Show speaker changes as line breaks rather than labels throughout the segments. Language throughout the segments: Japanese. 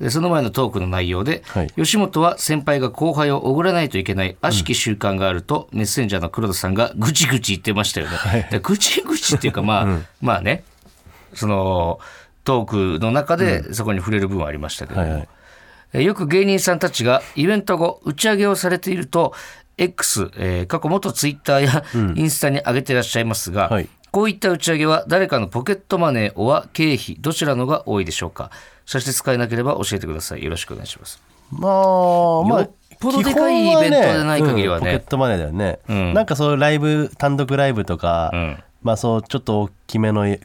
でその前のトークの内容で、
はい
吉本は先輩が後輩をおごらないといけない悪しき習慣があると、メッセンジャーの黒田さんがぐちぐち言ってましたよね。でぐちぐちっていうか、まあ、まあね、その、トークの中でそこに触れる部分はありましたけど、
はいはい
えーよく芸人さんたちがイベント後打ち上げをされていると X、えー過去元ツイッターやインスタに上げてらっしゃいますが、
はい
こういった打ち上げは誰かのポケットマネーおは経費どちらのが多いでしょうか差し支えなければ教えてくださいよろしくお願いします
まあ、まあ、
よっぽどでかいイベントでない限りはね
基本うんポケットマネーだよね、なんかそういうライブ単独ライブとか、
ん
まあそうちょっと大きめのね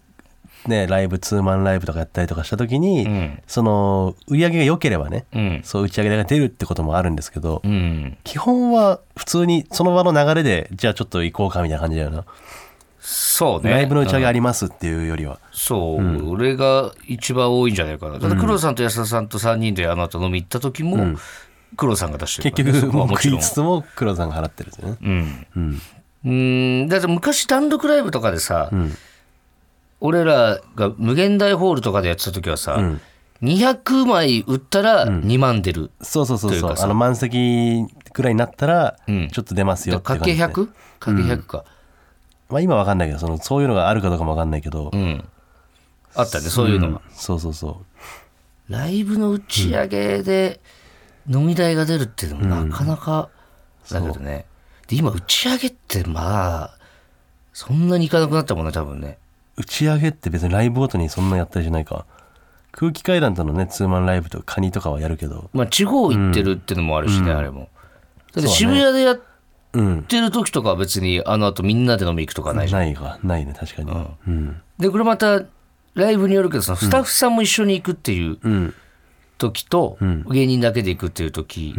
ライブツーマンライブとかやったりとかした時に、
ん
その売り上げが良ければね、
うん
そう打ち上げが出るってこともあるんですけど、
うん
基本は普通にその場の流れでじゃあちょっと行こうかみたいな感じだよな、
そうね
ライブの打ち上げあ
うん
りますっていうよりは、
そう、俺が一番多いんじゃないかなだって黒田さんと安田さんと3人であの後飲み行った時も、黒田さんが出してるから
結
ね、
局
そこ
も
は
う
もち
食
ろ
い
ん
つつも黒田さんが払ってるんですよね、
うん。うん。だって昔単独ライブとかでさ、俺らが無限大ホールとかでやってた時はさ、200枚売ったら2万出る。
そうそうそうそ
といううかさ
あの満席くらいになったら
ん
ちょっと出ますよ
だ
ってい
か
う
ら
感
かけ
じで
100? かけ100か。
まあ今わかんないけどそのそういうのがあるかどうかもわかんないけど、
うん。あったね、そういうのが。
そうそうそ
ライブの打ち上げで飲み代が出るっていうのもなかなかだけどね。で、今打ち上げってまあ、そんなにいかなくなったもんね、多分ね。
う打ち上げって別にライブごとにそんなやったりしないか空気階段とのねツーマンライブとかカニとかはやるけど
まあ、地方行ってるってのもあるしね、あれも。だって渋谷でやっ
うん
ってる時とかは別にあの後みんなで飲み行くとかないじゃん。
ないかないね確かに、うん
でこれまたライブによるけどそのスタッフさんも一緒に行くっていう
うん
時と、芸人だけで行くっていう時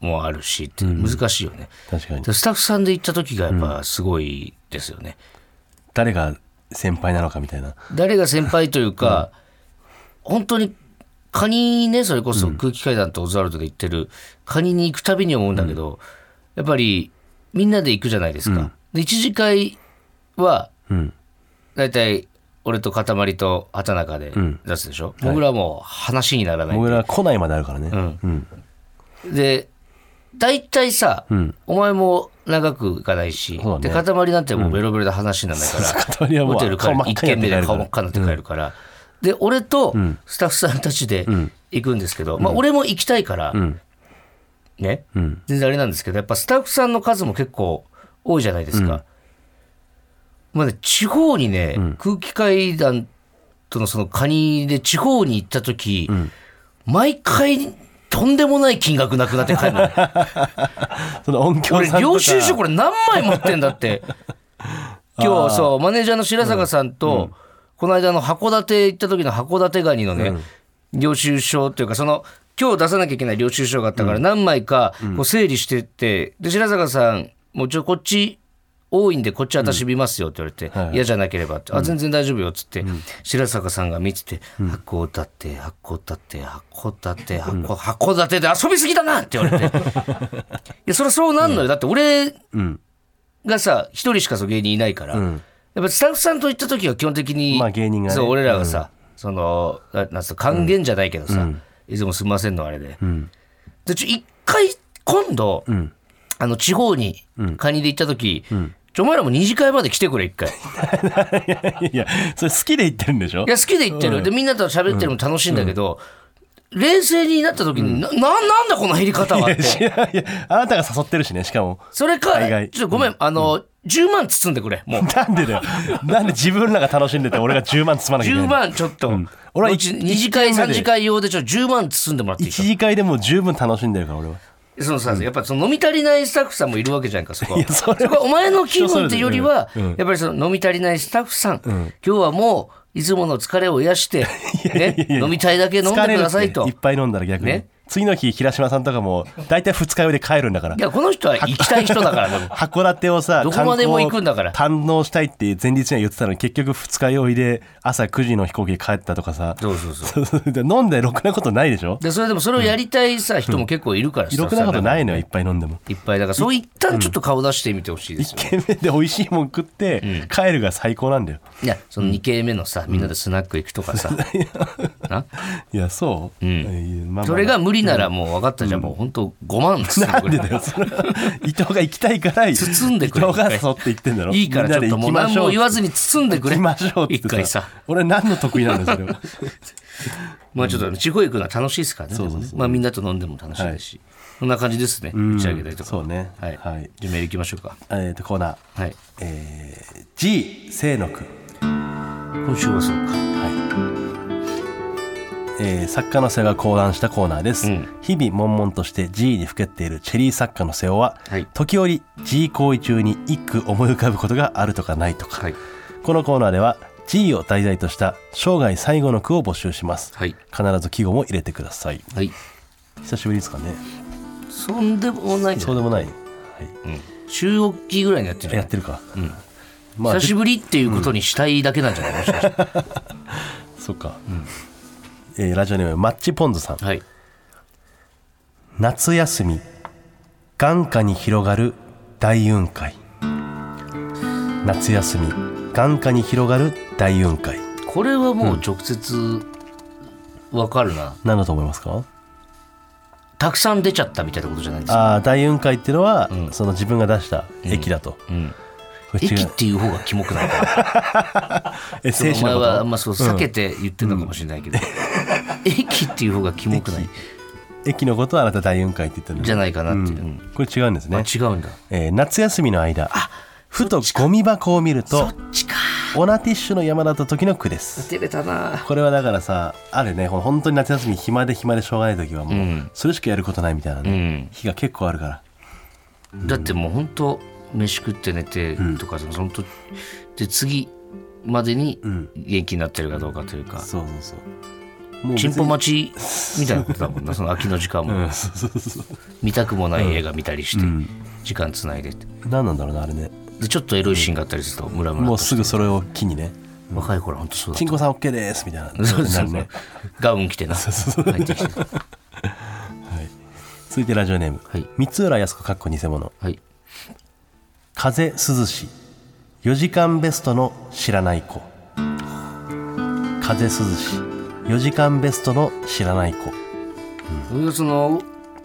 もあるしって難しいよね。
確かに
でスタッフさんで行った時がやっぱすごいですよね。
誰が先輩なのかみたいな
誰が先輩というか、本当にカニねそれこそ空気階段とオズワルドで行ってるカニに行くたびに思うんだけど、やっぱりみんなで行くじゃないですか。で一次会は
うん
大体俺と塊と畑中で出すでしょ、僕らもう話にならない、
僕ら来ないまであるからね、
ん
うん
で大体さ、
ん
お前も長くいかないし、
そうだ
で
ね
塊なんてもうベロベロで話にならないから、
塊はもう
ホテルか
顔
ら
真っ
1
赤に
軒
なって帰る
目
から
で顔真っ赤になって帰るから、で俺とスタッフさんたちで行くんですけど、まあ、俺も行きたいから、ね、全然あれなんですけどやっぱスタッフさんの数も結構多いじゃないですか。まあね、地方にね、空気階段とのそのカニで地方に行った時、毎回とんでもない金額なくなって帰るのね
その音響
俺
さんとか
領収書これ何枚持ってんだ って今日そうマネージャーの白坂さんと、この間の函館行った時の函館ガニのね、領収書っていうかその今日出さなきゃいけない領収書があったから何枚かこう整理してって、で白坂さんもうちょこっち多いんでこっち私見ますよって言われて、
はい
嫌じゃなければって、あ全然大丈夫よっつって、白坂さんが見てて「函館函館函館函館函館で遊びすぎだな!」って言われていやそりゃそうなんのよだって俺
ん
がさ一人しかそう芸人いないから、
ん
やっぱスタッフさんと行った時は基本的に、
まあ芸人がね
そう俺らがさ、そのななんすか還元じゃないけどさ、いつもすみませんのあれで。
ん
で、ちょ、一回、今度、
ん
あの、地方に、カニで行った時、ちょ、お前らも二次会まで来てくれ、一回。い
いや、それ好きで言ってるんでしょ
や、好きで行ってる。で、みんなと喋ってるのも楽しいんだけど、冷静になった時に、な、ななんだこの減り方はっ
い
て。
やいや、あなたが誘ってるしね、しかも。
それか
大、概
ちょっとごめん、あの、10万包んでくれ、もう。
なんでだよ。なんで自分らが楽しんでて俺が10万つまなきゃいけない
10
の
万ちょっと、
俺は
う
一
ち2次会
一回目
3
で
次会用でちょっと10万包んでもらっていい
一
か
次会でもう十分楽しんでるから俺は。
そのさ、やっぱその飲み足りないスタッフさんもいるわけじゃないかそこはい
やそれは
そこはお前の気分っていうよりは、
うんうん
やっぱりその飲み足りないスタッフさん、今日はもういつもの疲れを癒して、ね、飲みたいだけ飲んで
疲れ
く
る
ださい
っ
と
ていっぱい飲んだら逆に。
ね
次の日、平島さんとかも大体二日酔いで帰るんだから
い。やこの人は行きたい人だからで も
函館をさ、
どこまでも行くんだから
観光堪能したいって前日には言ってたのに結局二日酔いで朝9時の飛行機で帰ったとかさ。
そうそうそう
飲んでろくなことないでしょ
でそれでもそれをやりたいさ、人も結構いるからスタッ
ろく
フさ
なんこ
で
と
も
ないのよ、いっぱい飲んでも。
いっぱいだからそう一旦ちょっと顔出してみてほしいですよ、
一軒目で美味しいもん食って、帰るが最高なんだよ。
いやその2軒目のさみんなでスナック行くとかさ、ない
や、そう、
ん
いやまあまあ
それが無理ならもう分かったじゃん、もう本当5万ですよ
なんでだよ、それは 伊藤が行きたいから、
包んでくれ
伊藤が誘って言ってんだろ。
いいからちょっとも
み
う
んなで行きま
何
しょ
も
う
言わずに包んでくれ
行きましょうって言
一
って
回さ
俺何の得意なんだ よ、それは。
まあちょっと地方行くのは楽しいですからね
そうそうそう
でもねまあみんなと飲んでも楽しいですし、そんな感じですね打ち上げたりとか
そうね
はい、
はい
じゃあメール行きましょうか
えっと、コーナー。
はい
えー、G、清野くん。
今週はそうか
はいえー作家の瀬尾が考案したコーナーです、
うん
日々悶々として G にふけっているチェリー作家の瀬尾は、
はい
時折 G 行為中に一句思い浮かぶことがあるとかないとか、
はい
このコーナーでは G を題材とした生涯最後の句を募集します、
はい
必ず季語も入れてください
はい
久しぶりですかね
そんでもないんじ
そ
ゃ
う
な
でも
い
ない、は
週おっきいぐらいにやって
い、
る
やってるか、まあ
久しぶりっていうことにしたいだけなんじゃないもしかして
そっか、えーラジオネームマッチポンズさん
はい
夏休み眼下に広がる大雲海夏休み眼下に広がる大雲海
これはもう直接わかるな、
何だと思いますか
たくさん出ちゃったみたいなことじゃないんですか、
ああ大雲海っていうのは、その自分が出した駅だと、
うん、
これ違
駅っ
う
ていう方がキモ くないから
え
お
精子
前
のこ
はあ
と
んまそう避けて言ってるのかもしれないけど、 駅っていう方がキモくない
駅のことはあなた大雲海って言ってるん
じ
で
ゃないかなっていう、うん
これ違うんです
あ
ね、
違うんだ
えー夏休みの間ふとゴミ箱を見ると
近
オナティッシュの山だった時の句です
照れたな
これはだからさあるねほん本当に夏休み暇で暇でしょうがない時はもう、
うん
それしかやることないみたいな
う
ね、
ん
日が結構あるから
だってもう本当飯食って寝てとか、その本当で次までに元気になってるかどうかというか、
そうそうそうもう
チンポ
別に
待ちみたいなことだもんなその空きの時間も、
うんそうそうそう
見たくもない映画見たりして、時間つないでって
何なんだろうなあれね
でちょっとエロいシーンがあったりするとムラムラ
もう
と
すぐそれを機にね
若い頃は本当そ
「
うだ
チンコさん OK です」みたいな
そう
な
そ
る
う
ね
ガウン着てな入ってきて
続いてラジオネーム、
はい
三浦靖子かっこ偽物
はい
風涼し4時間ベストの知らない子風涼し4時間ベストの知らない子
それがその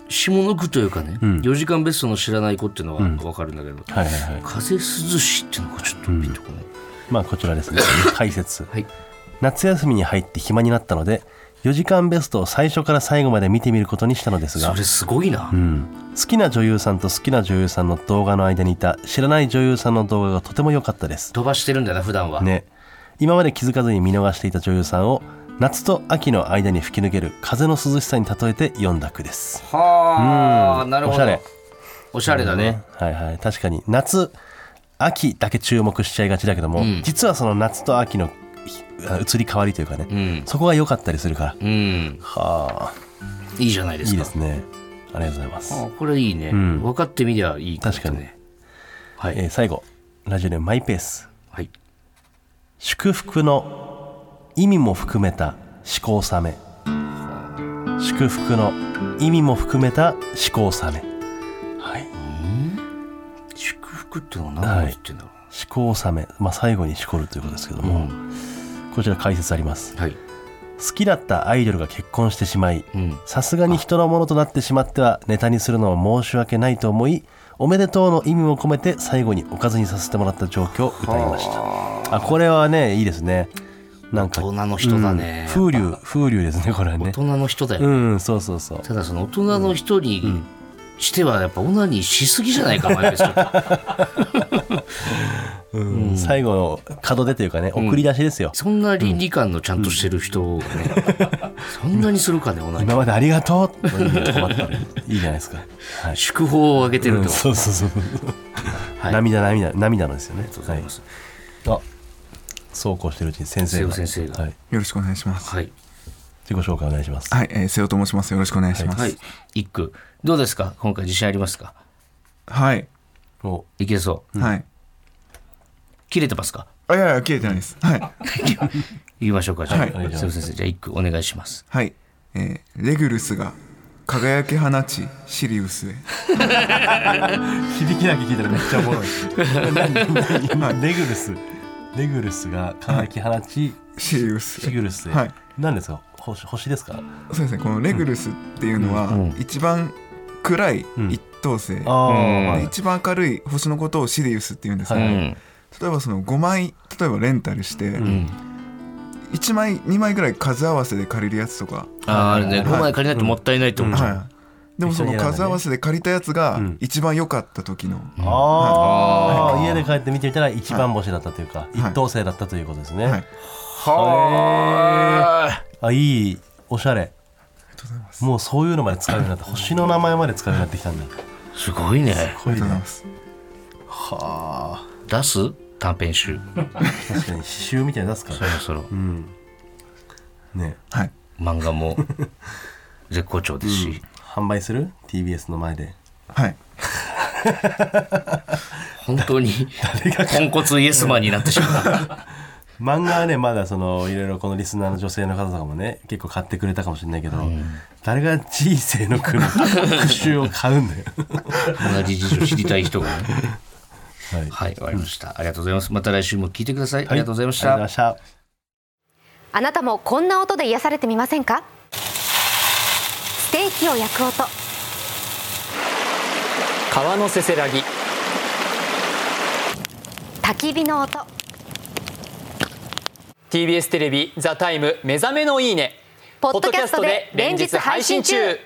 下の句というかね、4時間ベストの知らない子っていうのは分かるんだけど、
はいはいはい
風涼しっていうのがちょっとピンとこない、
まあこちらですね解説
はい
夏休みに入って暇になったので4時間ベストを最初から最後まで見てみることにしたのです
そ
が
れ、すごいな、
うん、好きな女優さんと好きな女優さんの動画の間にいた知らない女優さんの動画がとても良かったです、
飛ばしてるんだな普段は、
ね、今まで気づかずに見逃していた女優さんを夏と秋の間に吹き抜ける風の涼しさに例えて読んだ句です
はあなるほ
おし
ど
ゃれ
おしゃれだね、
はいはい確かに夏秋だけ注目しちゃいがちだけども、
ん
実はその夏と秋のひ移り変わりというかね、
うん
そこが良かったりするから
うん、
はあ
いいじゃないです
い
か
いですねありがとうございます
あこれいいね、
ん
分かってみりゃいいこと
確かに
はい、
えー最後ラジオネームマイペース
はい、
祝福の意味も含めた思考納め祝福の意味も含めた思考納めはい
祝福っていうのは何を言ってんだろ
思考納め、まあ、最後にしこるということですけど
う、
も、こちら解説あります
はい
好きだったアイドルが結婚してしまい
うん
さすがに人のものとなってしまってはネタにするのは申し訳ないと思いおめでとうの意味も込めて最後におかずにさせてもらった状況を歌いましたあこれはねいいですねなんか
大人の人だね
うん風流風流ですねこれは
大
ね
人の人だよ、
うんそうそうそう
ただその大人の人にしてはやっぱオナニーしすぎじゃないかマイケルちょっと
うん最後の門出というかね送り出しですよ、
そんな倫理観のちゃんとしてる人をね、 そんなにするかねオナニー
今までありがとうって止まったらいいじゃないで すか、はい、
祝報をあげてるってこと、
そうそうそう、
はい
涙涙涙なんですよね
ありがとうございます、
はい、あそうこうしてるうちに先生が
瀬尾先生が
はい、
よろしくお願いします。
はい
自己紹介お願いします、
はい、えー、瀬尾と申します。よろしくお願いします。
はい一句どうですか今回自信ありますか
はい。
お
いけそう
はい。
切れてますか
あ、いやいや、切れてないです。はい。
言いましょうかじゃあ、
はい
瀬尾先生じゃあ一句お願いします
はい。えー、レグルスが輝き放ち、シリウスへ。
響きだけ聞いたらめっちゃ おもろい今レグルスレグルスが輝き放ち
シリウスへ。
シグルスで、
はい。
何ですか星星ですか
そうですね、このレグルスっていうのは、一番暗い一等
あ
星。
ー、は
で
い
一番明るい星のことをシリウスって言うんです
う
けど、
はい
ん
例えばその5枚例えばレンタルして、
うん
1枚2枚ぐらい数合わせで借りるやつとか、
あーあれね
はい
5枚借りないともったいないと思うじゃん、
でもその
一緒にやらないね
数合わせで借りたやつが
うん
一番良かった時の、
あ
は
ー
い
家で帰って見てみたら一番星だったというか、
はい
一等星だったということですね、
はい
はあ
あいいおしゃれ
ありがとうございます。
もうそういうのまで使うように なって星の名前まで使うようになってきたんだ
すごいね
ありがとうございます。
はあ
出す短編集
確かに刺繍みたいに出すか
そ
ら
ろそろ
うんね
はい。
漫画も絶好調ですし、
販売する TBS の前で
はい。
本当にポンコツイエスマンになってしまった
漫画はねまだそのいろいろこのリスナーの女性の方とかもね結構買ってくれたかもしれないけど、誰が人生の苦復習を買うんだよ
同じ事情知りたい人がね
はい
はいわかりましたありがとうございますまた来週も聞いてくださ い、ありがとうございまし
あ
た
りがとうございました
あなたもこんな音で癒されてみませんかステーキを焼く音
川のせせらぎ
焚き火の音
TBS テレビ「ザタイム目覚めのいいね」
ポッドキャストで連日配信中